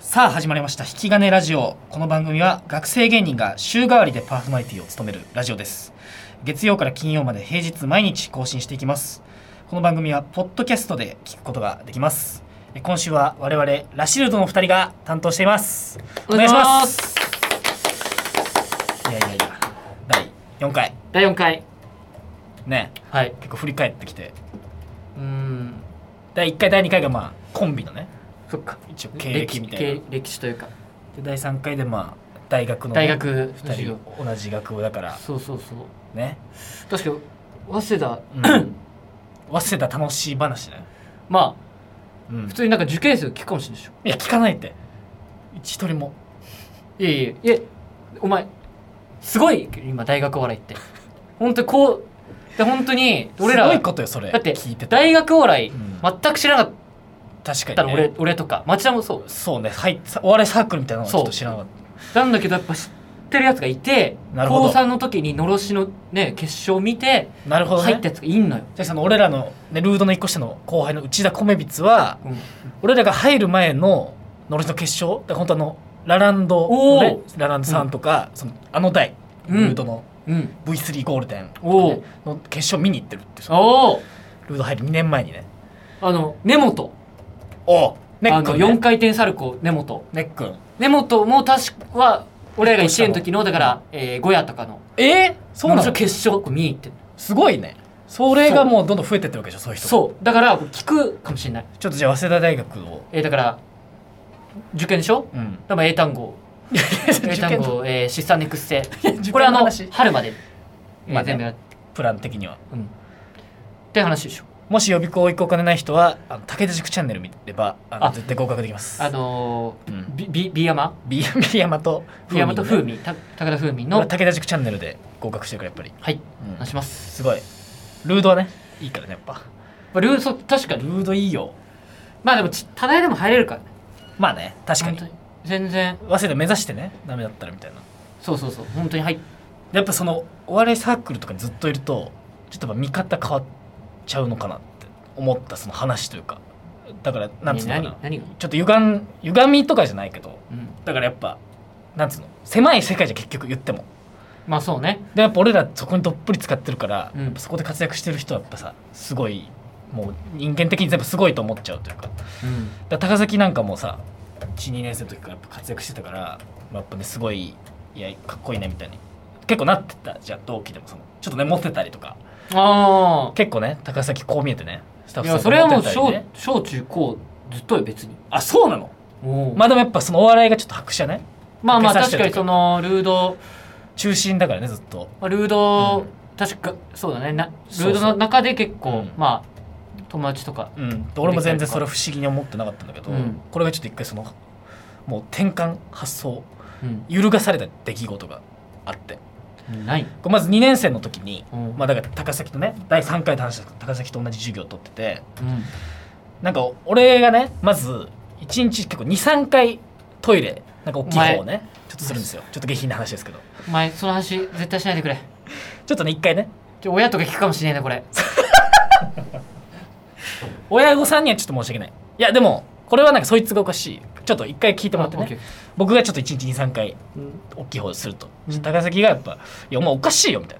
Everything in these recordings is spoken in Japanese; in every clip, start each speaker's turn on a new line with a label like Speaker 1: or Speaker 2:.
Speaker 1: さあ始まりました引き金ラジオこの番組は学生芸人が週替わりでパーソナリティを務めるラジオです月曜から金曜まで平日毎日更新していきますこの番組はポッドキャストで聞くことができますえ今週は我々ラシルドの二人が担当していますお願いしますいやいやいや第4回
Speaker 2: 第4回
Speaker 1: ね
Speaker 2: はい
Speaker 1: 結構振り返ってきて
Speaker 2: うーん
Speaker 1: 第1回第2回がまあコンビのね
Speaker 2: そっか
Speaker 1: 一応経歴みたいな
Speaker 2: 歴経歴史というか
Speaker 1: で第3回でまあ大学のね、
Speaker 2: 大学
Speaker 1: 2
Speaker 2: の授業
Speaker 1: 人同じ学部だから
Speaker 2: そうそうそう
Speaker 1: ね、
Speaker 2: 確か早稲田
Speaker 1: うん、早稲田楽しい話ね、
Speaker 2: ま
Speaker 1: うん
Speaker 2: あ普、通になんか受験生聞くかもしれないでしょ
Speaker 1: いや聞かないって一人も
Speaker 2: いやいやいやいやお前すごい今大学お笑いって本当にこうで本当に俺ら
Speaker 1: すごいことよそれ
Speaker 2: だって
Speaker 1: 聞いてた
Speaker 2: 大学お笑い
Speaker 1: うん
Speaker 2: 全く知らなかっ
Speaker 1: 確か
Speaker 2: た
Speaker 1: に、
Speaker 2: の
Speaker 1: ね、
Speaker 2: 俺俺とか町田もそう
Speaker 1: そうねはいさお笑いサークルみたいなのはちょっと
Speaker 2: そう
Speaker 1: 知らなかっ
Speaker 2: なんだけどやっぱ知ってるやつがいて
Speaker 1: なるほど
Speaker 2: 高3の時にのろしのね決勝を見て
Speaker 1: たなるほど
Speaker 2: 入っ
Speaker 1: ね
Speaker 2: たやつがいんのよ、
Speaker 1: じゃあその俺らの、ね、ルードの一個下の後輩の内田米光は
Speaker 2: うん
Speaker 1: 俺らが入る前ののろしの決勝だから本当あのラランドの、ね
Speaker 2: お、
Speaker 1: ラランドさんとか、そのあの代
Speaker 2: う
Speaker 1: ル
Speaker 2: ん
Speaker 1: ードの
Speaker 2: うん、
Speaker 1: V3 ゴールデン
Speaker 2: おう
Speaker 1: の決勝見に行ってるってさ
Speaker 2: おお
Speaker 1: ルード入る2年前にね
Speaker 2: あの根本
Speaker 1: おうネ
Speaker 2: あ
Speaker 1: ックン、
Speaker 2: の4
Speaker 1: ね、
Speaker 2: 回転サルコー根本
Speaker 1: ネックン
Speaker 2: 根本も確かは俺らが1年の時のだから、えー、ゴヤとかの
Speaker 1: えー、そうな
Speaker 2: のろし
Speaker 1: の
Speaker 2: 決勝こう見に行ってる
Speaker 1: すごいねそれがもうどんどん増えてってるわけでしょそういう人う
Speaker 2: そうだから聞くかもしれない、
Speaker 1: ちょっとじゃあ早稲田大学を
Speaker 2: えー、だから受験でしょ
Speaker 1: うん
Speaker 2: だから英単語英
Speaker 1: 受
Speaker 2: 単
Speaker 1: 験の
Speaker 2: 語、えー、出産ネクステ
Speaker 1: 験
Speaker 2: これあ
Speaker 1: の
Speaker 2: の
Speaker 1: 話
Speaker 2: 春まで、えー
Speaker 1: まあね
Speaker 2: 全部やっ
Speaker 1: プラン的には
Speaker 2: うんって話でしょ
Speaker 1: もし予備校行くお金ない人はあの武田塾チャンネル見ればあの
Speaker 2: あ
Speaker 1: 絶対合格できます
Speaker 2: あのー
Speaker 1: うん
Speaker 2: ビビビヤマ
Speaker 1: ビヤマと
Speaker 2: ビヤマと風
Speaker 1: 風味
Speaker 2: 味た高田風味
Speaker 1: の
Speaker 2: の
Speaker 1: 武田塾チャンネルで合格してるからやっぱり、
Speaker 2: はい
Speaker 1: うん
Speaker 2: 話します
Speaker 1: すごいルードはねいいからねやっぱ
Speaker 2: まあルーそう確かに
Speaker 1: ルードいいよ
Speaker 2: まあでもち多大でも入れるからね
Speaker 1: まあね確かに
Speaker 2: 本当に全然
Speaker 1: 早稲田目指してねダメだったらみたいな
Speaker 2: そうそうそう本当に入っ
Speaker 1: やっぱそのお笑いサークルとかにずっといるとちょっとやっぱ見方変わっちゃうのかなって思ったその話というかだからなんつうのか
Speaker 2: 何
Speaker 1: な
Speaker 2: 何何が
Speaker 1: ちょっと歪ん歪みとかじゃないけど
Speaker 2: うん
Speaker 1: だからやっぱなんつうの狭い世界じゃ結局言っても
Speaker 2: まあそうね
Speaker 1: でやっぱ俺らそこにどっぷり使ってるから、
Speaker 2: うん
Speaker 1: やっぱそこで活躍してる人はやっぱさすごいもう人間的に全部すごいと思っちゃうというかだか
Speaker 2: うん
Speaker 1: ら高崎なんかもさ12年生の時からやっぱ活躍してたから、まあやっぱねすごいいやかっこいいねみたいに結構なってたじゃあ同期でもそのちょっとね持ってたりとか
Speaker 2: あ
Speaker 1: 結構ね高崎こう見えてねスタ
Speaker 2: あ
Speaker 1: ッ
Speaker 2: い
Speaker 1: フさ
Speaker 2: や
Speaker 1: ん
Speaker 2: それはも
Speaker 1: 持っ
Speaker 2: う
Speaker 1: てたり
Speaker 2: 小
Speaker 1: ね
Speaker 2: 小中高ずっとよ別に
Speaker 1: あそうなの
Speaker 2: お
Speaker 1: ま
Speaker 2: ま
Speaker 1: あでもやっぱそのお笑いがちょっと白車ね
Speaker 2: まあまあ
Speaker 1: 受けさせ
Speaker 2: 確
Speaker 1: て
Speaker 2: か
Speaker 1: る
Speaker 2: にそのルード
Speaker 1: 中心だからねずっと
Speaker 2: まあルード、
Speaker 1: うん
Speaker 2: 確かそうだねなル
Speaker 1: そうそう
Speaker 2: ードの中で結構
Speaker 1: うん
Speaker 2: まあ友達とか
Speaker 1: うん、俺も全然それは不思議に思ってなかったんだけど、
Speaker 2: うん
Speaker 1: これがちょっと一回そのもう転換発想
Speaker 2: うん
Speaker 1: 揺るがされた出来事があってこ
Speaker 2: ない、
Speaker 1: れまず2年生の時に、
Speaker 2: うん
Speaker 1: まあ、だから高崎とね第3回で話した高崎と同じ授業を取ってて
Speaker 2: うん
Speaker 1: なんか俺がねまず1日結構23回トイレなんか大きい方をねちょっとするんですよちょっと下品な話ですけど
Speaker 2: お前その話絶対しないでくれ
Speaker 1: ちょっとね一回ね
Speaker 2: ちょ親とか聞くかもしれないねこれ
Speaker 1: 親御さんにはちょっと申し訳ないいやでもこれはなんかそいつがおかしいちょっと一回聞いてもらって
Speaker 2: あオッケ
Speaker 1: ね
Speaker 2: ー
Speaker 1: 僕がちょっと1日23回
Speaker 2: うん
Speaker 1: 大きい方すると、
Speaker 2: うん
Speaker 1: 高崎がやっぱ「いやお前おかしいよ」みたい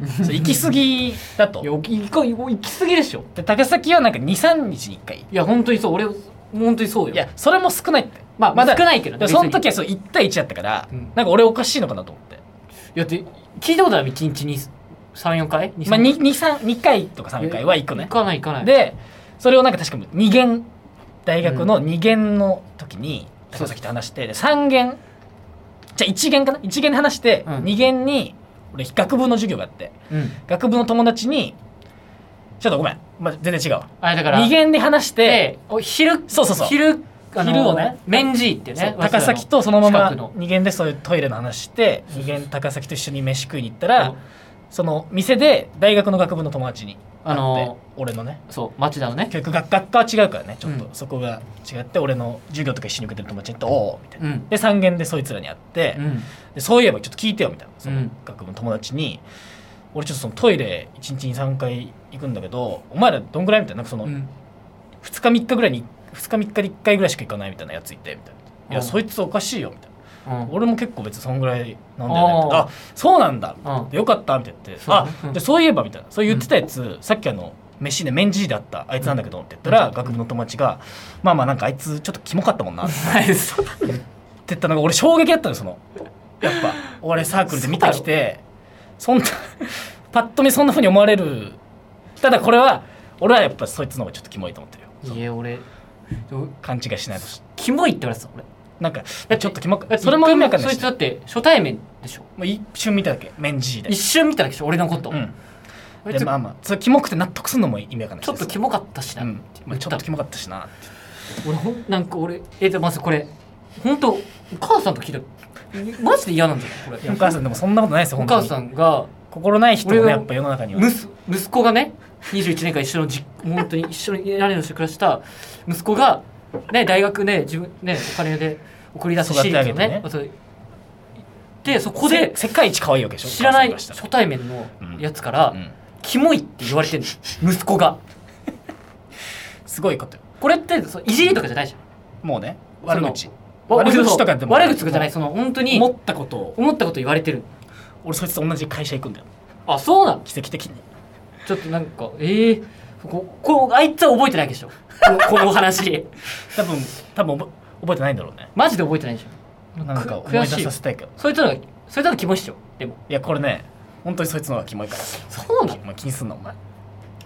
Speaker 1: なそう行き過ぎだと
Speaker 2: いやおき行こ行き過ぎでしょ
Speaker 1: で高崎はなんか23日に1回
Speaker 2: いや本当にそう俺も本当にそうよ
Speaker 1: いやそれも少ないって
Speaker 2: まあ
Speaker 1: だ
Speaker 2: 少ないけどね
Speaker 1: でもその
Speaker 2: 別に
Speaker 1: 時はそう1対1だったから、
Speaker 2: うん
Speaker 1: なんか俺おかしいのかなと思って、
Speaker 2: いやって聞いたことある1日に34回
Speaker 1: まあ、2, 2, 2回とか3回は行く
Speaker 2: 行
Speaker 1: ね
Speaker 2: かない行かない
Speaker 1: でそれをなんか確か2限大学の2限の時に
Speaker 2: そ
Speaker 1: 高
Speaker 2: う
Speaker 1: 崎と話してで3限じゃあ1限かな1限で話して、
Speaker 2: うん
Speaker 1: 2限に俺学部の授業があって
Speaker 2: うん
Speaker 1: 学部の友達にちょっとごめん、まあ、全然違うわ
Speaker 2: あれだから
Speaker 1: 二限で話して
Speaker 2: でお昼
Speaker 1: そうそうそう
Speaker 2: 昼あの
Speaker 1: 昼をね
Speaker 2: メンジーっていう
Speaker 1: そう
Speaker 2: ね
Speaker 1: 高崎とそのま
Speaker 2: 近く
Speaker 1: ま
Speaker 2: の
Speaker 1: 二限でそういうトイレの話して二限高崎と一緒に飯食いに行った
Speaker 2: 早稲
Speaker 1: ら
Speaker 2: 田の
Speaker 1: その店で大学の学部の友達に
Speaker 2: あの
Speaker 1: 俺のね
Speaker 2: そう町田のね
Speaker 1: 結局学学科は違うからねちょっと
Speaker 2: うん
Speaker 1: そこが違って俺の授業とか一緒に受けてる友達に「おお」みたいうなんで三限でそいつらに会って
Speaker 2: うん
Speaker 1: でそういえばちょっと聞いてよみたいなそうの
Speaker 2: ん
Speaker 1: 学部の友達に「俺ちょっとそのトイレ1日に3回行くんだけどお前らどんぐらい?」みたいななんかその
Speaker 2: うん
Speaker 1: 2日3日ぐらいに2日3日で1回ぐらいしか行かないみたいなやついてみたいないや
Speaker 2: うん
Speaker 1: そいつおかしいよ」みたいな
Speaker 2: うん
Speaker 1: 俺も結構別にそんぐらいなんだよねみたいな
Speaker 2: あー
Speaker 1: あそうなんだ
Speaker 2: うん
Speaker 1: よかったって言って
Speaker 2: そう
Speaker 1: あでそういえばみたいなそう言ってたやつさっきあの飯でメンジーだったあいつなんだけどって言ったら
Speaker 2: うん
Speaker 1: 学部の友達がまあまあなんかあいつちょっとキモかったもんなって
Speaker 2: はいそう
Speaker 1: 言ったのが俺衝撃だったのよそのやっぱ俺サークルで見てきてそんな パッと見そんなふうに思われるただこれは俺はやっぱそいつの方がちょっとキモいと思ってるよそ
Speaker 2: いうや俺どう
Speaker 1: 勘違いしないとし
Speaker 2: キモいって言われてた俺
Speaker 1: なんか
Speaker 2: て
Speaker 1: ちょっとキモ
Speaker 2: だ
Speaker 1: く
Speaker 2: って
Speaker 1: それも意味わかんない
Speaker 2: 一回も
Speaker 1: し
Speaker 2: そいつだって初対面でしょ
Speaker 1: もう一瞬見ただけメンジーで
Speaker 2: 一瞬見ただけでしょ俺のこと、
Speaker 1: うん
Speaker 2: あい
Speaker 1: で
Speaker 2: つ
Speaker 1: まあまあそれキモくて納得するのも意味わかんない
Speaker 2: ちょっとキモかったしな、
Speaker 1: うんまあ、ちょっとキモかったしな
Speaker 2: 俺ほんなんか俺えっとまずこれ本当お母さんと聞いたマジで嫌なんだよこれ
Speaker 1: いやお母さんでもそんなことないですよ
Speaker 2: お
Speaker 1: 本当
Speaker 2: 母
Speaker 1: に
Speaker 2: さんが
Speaker 1: 心ない人も
Speaker 2: 俺
Speaker 1: ね
Speaker 2: が
Speaker 1: やっぱ世の中には
Speaker 2: 息息子がね21年間一緒のじ 本当に一緒に屋根の下で暮らした息子が、ね、大学ね自分ねお金で送り出すシリーズをね
Speaker 1: 育
Speaker 2: そうでそこで
Speaker 1: せ世界一可愛いわけでしょ
Speaker 2: 知らない
Speaker 1: お母さんか
Speaker 2: 初対面のやつから
Speaker 1: らしたらうん
Speaker 2: 「キモい」って言われてる息子が
Speaker 1: すごいことよ
Speaker 2: これってそういじりとかじゃないじゃん
Speaker 1: もうね
Speaker 2: そ
Speaker 1: 悪
Speaker 2: の
Speaker 1: 口悪口とかでも
Speaker 2: 悪口とかじゃないその本当に
Speaker 1: 思ったことを
Speaker 2: 思ったこと言われてる
Speaker 1: 俺そいつと同じ会社行くんだよ
Speaker 2: あそうなの
Speaker 1: 奇跡的に
Speaker 2: ちょっとなんかええここあいつは覚えてないわけでしょこ この話
Speaker 1: 多分多分覚覚えてないんだろうね
Speaker 2: マジで覚えてないでしょ
Speaker 1: なんか思い
Speaker 2: 悔
Speaker 1: 出
Speaker 2: しい
Speaker 1: させたいけど
Speaker 2: そいつのがそいつのがキモいっしょでも
Speaker 1: いやこれね本当にそいつの方がキモいから
Speaker 2: そうな
Speaker 1: お前気にすんなお前い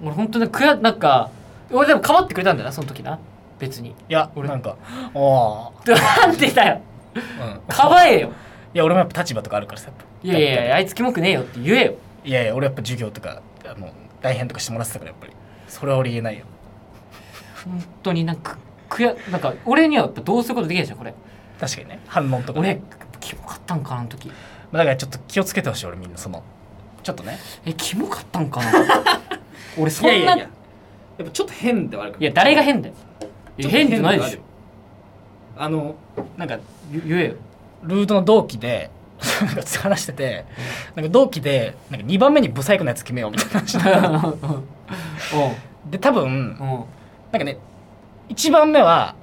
Speaker 2: 俺本当にくやなんか俺でも構ってくれたんだよなその時な別に
Speaker 1: や
Speaker 2: 俺
Speaker 1: なん かあ
Speaker 2: なんでだよ
Speaker 1: あうん
Speaker 2: かわえよ
Speaker 1: いや俺もやっぱ立場とかあるからさやっぱ
Speaker 2: いやいやいやあいつキモくねえよって言えよ
Speaker 1: いやいや俺やっぱ授業とかもう大変とかしてもらってたからやっぱりそれは俺言えないよ
Speaker 2: 本当になんかくやなんか俺にはやっぱどうすることできないじゃんこれ
Speaker 1: 確かにね反論とかね
Speaker 2: 俺キモかったんかなあの時
Speaker 1: まあだからちょっと気をつけてほしい俺みんなそのちょっとね
Speaker 2: えキモかったんかな俺そんないや
Speaker 1: っぱちょっと変ではあるか
Speaker 2: 誰が変だよいや変じゃないでしょ
Speaker 1: あのなんか
Speaker 2: ゆ言えよ
Speaker 1: ルートの同期で なんか話しててなんか同期でなんか2番目にブサイクなやつ決めようみたいな話
Speaker 2: う
Speaker 1: で多分
Speaker 2: ん うん
Speaker 1: なんかね1番目は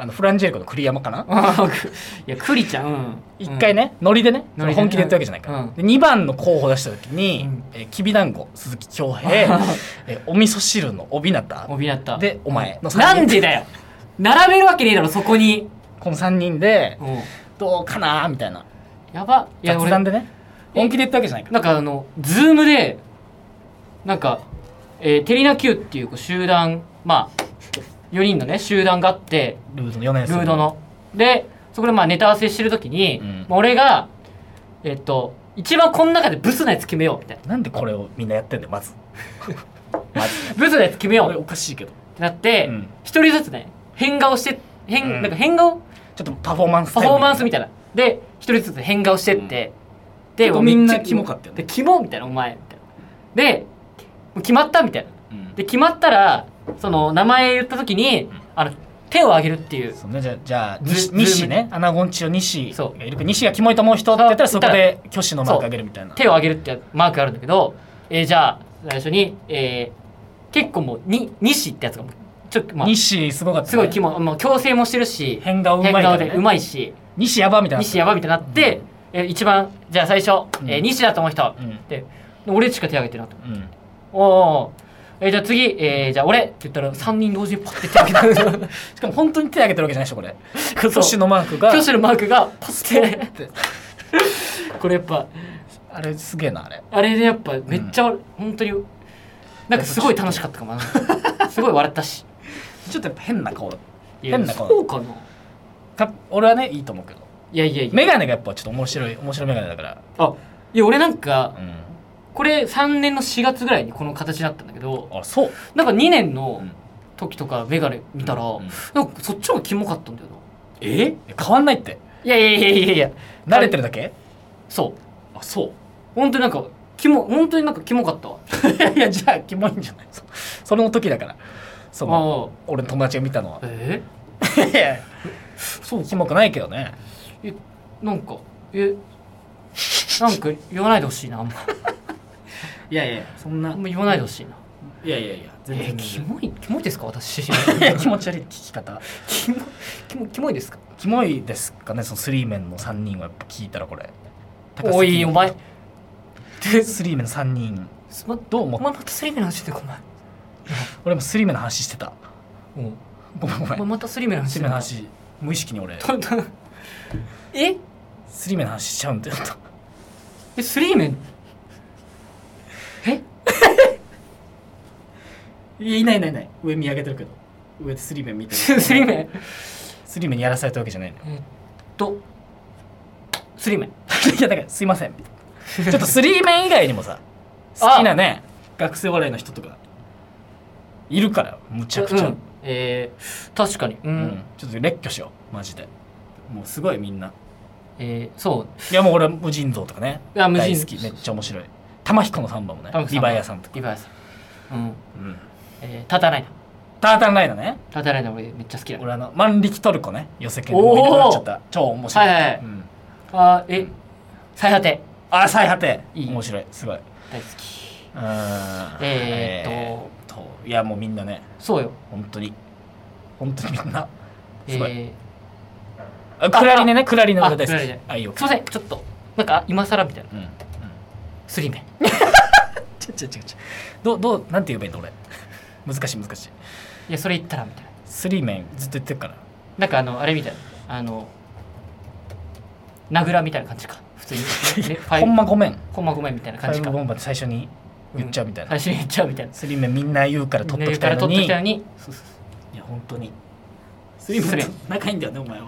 Speaker 1: あのフランジェリコの栗山かな
Speaker 2: あーくいやクリちゃん、うん、
Speaker 1: 一回ね、ノリでね
Speaker 2: ノリでね
Speaker 1: 本気で言ったわけじゃないから、
Speaker 2: うん
Speaker 1: で2番の候補出した時に、
Speaker 2: うん
Speaker 1: えーきびだんご鈴木恭平えーお味噌汁のおびなた
Speaker 2: おびなった
Speaker 1: でお前の
Speaker 2: な
Speaker 1: 三人
Speaker 2: んでだよ並べるわけねえだろそこに、
Speaker 1: この3人で
Speaker 2: うん、
Speaker 1: どうかなーみたいな
Speaker 2: やばいや
Speaker 1: 雑
Speaker 2: 俺
Speaker 1: 談でね
Speaker 2: え
Speaker 1: 本気で言ったわけじゃないから
Speaker 2: なんかあのズームでなんか、えー、テリナ Q っていうこう集団まあ4人のね集団があって
Speaker 1: ルードの4年
Speaker 2: ル
Speaker 1: 生
Speaker 2: ードのでそこでまあネタ合わせしてる時に、
Speaker 1: うん
Speaker 2: まあ俺がえっと一番この中でブスなやつ決めようみたいな
Speaker 1: なんでこれをみんなやってんだよ まずまず
Speaker 2: ブスなやつ決めよ
Speaker 1: これ
Speaker 2: う
Speaker 1: おかしいけど
Speaker 2: ってなって
Speaker 1: うん
Speaker 2: 一、人ずつね変顔して変、
Speaker 1: うん
Speaker 2: なんか変顔
Speaker 1: ちょっとパフォーマンス
Speaker 2: パフォーマンスみ
Speaker 1: たい
Speaker 2: たいなで一人ずつ変顔してって、で
Speaker 1: 結構
Speaker 2: もうめちゃ
Speaker 1: みんなキモかったよね
Speaker 2: でキモみたいなお前みたいなでもう決まったみたいな
Speaker 1: な、うん
Speaker 2: で決まったらその名前言った時に、あの手を挙げるっていう
Speaker 1: そうね、じゃあじゃあ
Speaker 2: ズ
Speaker 1: 西
Speaker 2: ズーム
Speaker 1: 西ねアナゴンチの西
Speaker 2: そ
Speaker 1: がいるから西がキモいと思う人って言ったらそこで挙手のマークあげるみたいな
Speaker 2: 手を挙げるってマークがあるんだけど、えーじゃあ最初に、えー結構もうに西ってやつがもうちょっとまあ
Speaker 1: 西すごかったね、
Speaker 2: すごいキモ、もう強制もしてるし
Speaker 1: 変顔うまい
Speaker 2: 変
Speaker 1: から
Speaker 2: 顔
Speaker 1: ね
Speaker 2: でうまいし
Speaker 1: 西やばみたいな
Speaker 2: 西やばみたいになって、えー一番じゃあ最初、えー
Speaker 1: うん
Speaker 2: 西だと思う人、
Speaker 1: うん
Speaker 2: で俺しか手挙げてなと思って。
Speaker 1: うん
Speaker 2: おおーえーじゃあ次、えーじゃあ俺って言ったら3人同時にパッて手挙げた
Speaker 1: しかも本当に手挙げてるわけじゃないでしょこ れ
Speaker 2: そう
Speaker 1: 挙手のマークが
Speaker 2: 挙手のマークがパッ て
Speaker 1: って
Speaker 2: これやっぱ
Speaker 1: あれすげえなあれ
Speaker 2: あれでやっぱめっちゃ、本当になんかすごい楽しかったかも なすごい笑ったし
Speaker 1: ちょっとやっぱ変な顔
Speaker 2: いや
Speaker 1: 変な顔
Speaker 2: そうかな
Speaker 1: た俺はねいいと思うけど
Speaker 2: いやいやいや
Speaker 1: メガネがやっぱちょっと面白い面白いメガネだから
Speaker 2: あいや俺なんか
Speaker 1: うん
Speaker 2: これ3年の4月ぐらいにこの形になったんだけど
Speaker 1: あそう
Speaker 2: なんか2年の
Speaker 1: うん
Speaker 2: 時とか眼鏡見たら、
Speaker 1: うん
Speaker 2: なんかそっちの方がキモかったんだよな
Speaker 1: え変わんないって
Speaker 2: いやいやいやいやいや
Speaker 1: 慣れてるだけ
Speaker 2: そう
Speaker 1: あそう
Speaker 2: 本当になんかキモ本当になんかキモかったわ
Speaker 1: いやじゃあキモいんじゃないそその時だからその
Speaker 2: ああ
Speaker 1: 俺の友達が見たのは
Speaker 2: え
Speaker 1: いやいやそうキモくないけどね
Speaker 2: えなんかえなんか言わないでほしいなあんま
Speaker 1: いやいやそん
Speaker 2: あ
Speaker 1: なん
Speaker 2: ま言わないでほしいない
Speaker 1: やいやいや
Speaker 2: えキモいキモいですか私
Speaker 1: いや気持ち悪い聞き方
Speaker 2: キモキモキモいですか
Speaker 1: キモいですかねそのスリーメンの三人はやっぱ聞いたらこれ
Speaker 2: おいお前
Speaker 1: でスリーメンの三人
Speaker 2: すま
Speaker 1: どう思
Speaker 2: お
Speaker 1: う
Speaker 2: 前またスリムの話してこお前
Speaker 1: 俺もスリーメンの話してた
Speaker 2: うん
Speaker 1: ごめんごめ
Speaker 2: お前
Speaker 1: ん
Speaker 2: またスリムの話
Speaker 1: スリ
Speaker 2: し
Speaker 1: ー
Speaker 2: て
Speaker 1: メン
Speaker 2: ん
Speaker 1: の
Speaker 2: の
Speaker 1: 話無意識に俺
Speaker 2: どんどん え
Speaker 1: スリーメンの話しちゃうんだよと
Speaker 2: えスリーメンえ
Speaker 1: いやいないいないいない上見上げてるけど上 でスリーメン見てる
Speaker 2: スリーメン
Speaker 1: スリーメンにやらされたわけじゃないのよ
Speaker 2: えっとスリーメン
Speaker 1: いやだからすいませんちょっとスリーメン以外にも さ好きなね学生笑いの人とかいるからむちゃくちゃ、
Speaker 2: うんえー、確かにうん、
Speaker 1: うんちょっと列挙しようマジでもうすごいみんな
Speaker 2: えー、そう
Speaker 1: いやもう俺は無尽蔵とかね
Speaker 2: いや無尽
Speaker 1: 大好きめっちゃ面白い玉彦のサンバもね
Speaker 2: 玉木さん
Speaker 1: リバイアさんとか、
Speaker 2: リバヤさんう
Speaker 1: う
Speaker 2: ん
Speaker 1: ん、
Speaker 2: えー、立たないな
Speaker 1: タータンライダーね
Speaker 2: 立たないな俺めっちゃ好きだ
Speaker 1: 俺あの万力トルコね寄せ券でもういなくなっちゃった超面白い、
Speaker 2: はいはいはい
Speaker 1: うん、
Speaker 2: あーえ最果て
Speaker 1: あー最果て
Speaker 2: いい
Speaker 1: 面白いすごい
Speaker 2: 大好き
Speaker 1: うーん
Speaker 2: えーっ
Speaker 1: えーっといやもうみんなね
Speaker 2: そうよ
Speaker 1: 本当に本当にみんな
Speaker 2: え
Speaker 1: すごい
Speaker 2: ー、
Speaker 1: あクラリネねクラリネの歌です
Speaker 2: あクラリネ
Speaker 1: あいいよ
Speaker 2: すいませんちょっとなんか今更みたいな
Speaker 1: うんうん
Speaker 2: スリーメン
Speaker 1: ちょちょちょちょどうどうなんて言えばいいの俺 難しい難しい
Speaker 2: いやそれ言ったらみたいな
Speaker 1: スリーメンずっと言ってるから
Speaker 2: なんかあのあれみたいなあの名倉みたいな感じか普 通に、ね、ファイ
Speaker 1: ほんまごめん
Speaker 2: ほんまごめんみたいな
Speaker 1: フ
Speaker 2: 感
Speaker 1: ァイ
Speaker 2: じ
Speaker 1: ブ
Speaker 2: か
Speaker 1: ボンバーって最初に言っちゃうみたいな、
Speaker 2: 最初に言っちゃうみたいな
Speaker 1: スリーメンみんな言うから取っときたいの
Speaker 2: 取っと
Speaker 1: に
Speaker 2: きたいのにそうそうそう
Speaker 1: いや本当にス
Speaker 2: リーメンと
Speaker 1: 仲いいんだよねお前は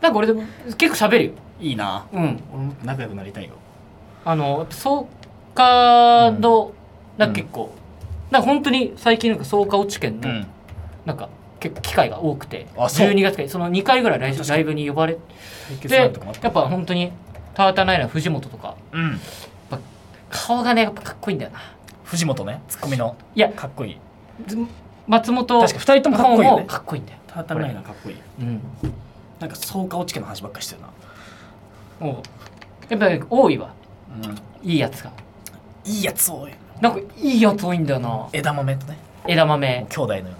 Speaker 2: なんか俺でも結構喋るよ
Speaker 1: いいな
Speaker 2: うん
Speaker 1: 俺もっと仲良くなりたいよ
Speaker 2: あのやっぱ草加のなんか結構、なんか本当に最近なんか草加落ち県
Speaker 1: う
Speaker 2: の
Speaker 1: ん
Speaker 2: なんか結構機会が多くて、
Speaker 1: あそう
Speaker 2: 12月からその2回ぐらいライブ
Speaker 1: 確か
Speaker 2: ライブに呼ばれ
Speaker 1: 対
Speaker 2: て
Speaker 1: 決
Speaker 2: や
Speaker 1: な
Speaker 2: っ
Speaker 1: んとかもあった
Speaker 2: ぱ本当にタータンナイラの藤本とか
Speaker 1: うん
Speaker 2: 顔がねやっぱかっこいいんだよな
Speaker 1: 藤本ねツッコミの
Speaker 2: いや
Speaker 1: かっこいい
Speaker 2: ず松本
Speaker 1: 確か二人ともかっこいいよ
Speaker 2: も
Speaker 1: ね
Speaker 2: かっこいいんだよ、
Speaker 1: た
Speaker 2: たないな
Speaker 1: かっこいい
Speaker 2: うん、
Speaker 1: なんか草加落ち家の話ばっかりしてるな
Speaker 2: おうやっぱり多いわ
Speaker 1: うん
Speaker 2: いいやつが
Speaker 1: いいやつ多い
Speaker 2: なんかいいやつ多いんだよな
Speaker 1: 枝豆とね
Speaker 2: 枝
Speaker 1: も
Speaker 2: 豆
Speaker 1: う兄弟のような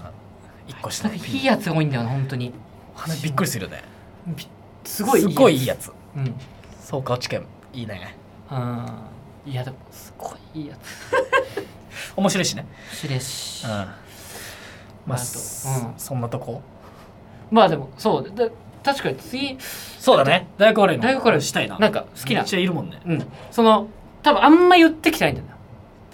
Speaker 1: 一個下
Speaker 2: なん
Speaker 1: の
Speaker 2: かいいやつ多いんだよな本当に
Speaker 1: 鼻びっくりするよね
Speaker 2: びすごい
Speaker 1: すごいいいやつ
Speaker 2: うん
Speaker 1: 草加落ち家いいね
Speaker 2: あーいやでもすごいいいやつ
Speaker 1: 面白いしね
Speaker 2: しれし、
Speaker 1: うんまあ
Speaker 2: あと
Speaker 1: そ
Speaker 2: うん
Speaker 1: そんなとこ
Speaker 2: まあでもそうだ確かに次
Speaker 1: そうだね大学悪いの
Speaker 2: 大学から
Speaker 1: したいな
Speaker 2: なんか好きな
Speaker 1: めっちゃいるもんね
Speaker 2: うんその多分あんま言ってきてないんだよな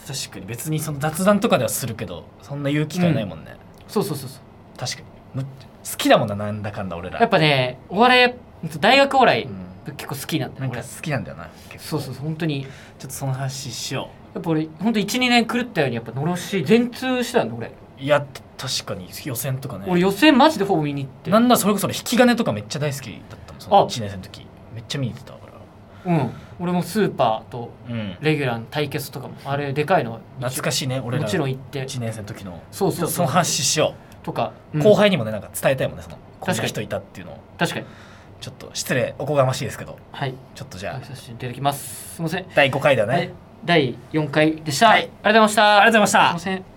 Speaker 1: 確かに別にその雑談とかではするけどそんな言う機会ないもんね、
Speaker 2: そうそうそうそう
Speaker 1: 確かにむ好きだもんななんだかんだ俺ら
Speaker 2: やっぱねお笑い大学お笑い、
Speaker 1: う
Speaker 2: 結構好きなん
Speaker 1: ん、
Speaker 2: だ
Speaker 1: な
Speaker 2: よ
Speaker 1: んか
Speaker 2: 俺
Speaker 1: 好きなんだよな結
Speaker 2: そうそうそう本当に
Speaker 1: 構ちょっとその話しよ
Speaker 2: やっぱ俺ほんと12年狂ったようにやっぱのろし全通してたんだ俺、
Speaker 1: ういや確かに予選とかね
Speaker 2: 俺予選マジでほぼ見に行って
Speaker 1: なんならそれこそ俺引き金とかめっちゃ大好きだったもんその
Speaker 2: あ
Speaker 1: 1年生の時めっちゃ見に行ってたから
Speaker 2: うん俺もスーパーと
Speaker 1: うん
Speaker 2: レギュラーの対決とかもあれでかいの
Speaker 1: 懐かしいね俺ら
Speaker 2: もちろん
Speaker 1: 1
Speaker 2: 行って
Speaker 1: 年生の時の
Speaker 2: そう
Speaker 1: ちょっと
Speaker 2: そうそ
Speaker 1: そうの話しよ
Speaker 2: とか、
Speaker 1: う、
Speaker 2: うん
Speaker 1: 後輩にもねなんか伝えたいもんねそのこん
Speaker 2: 確
Speaker 1: な
Speaker 2: かに
Speaker 1: 人いたっていうのを
Speaker 2: 確かに
Speaker 1: ちょっと失礼おこがましいですけど
Speaker 2: はい
Speaker 1: ちょっとじゃ
Speaker 2: 挨
Speaker 1: あ
Speaker 2: 拶していただきますすいません、
Speaker 1: 第5回だね、
Speaker 2: はい第4回でした、
Speaker 1: はい
Speaker 2: ありがとうございました
Speaker 1: ありがとうございました
Speaker 2: すいません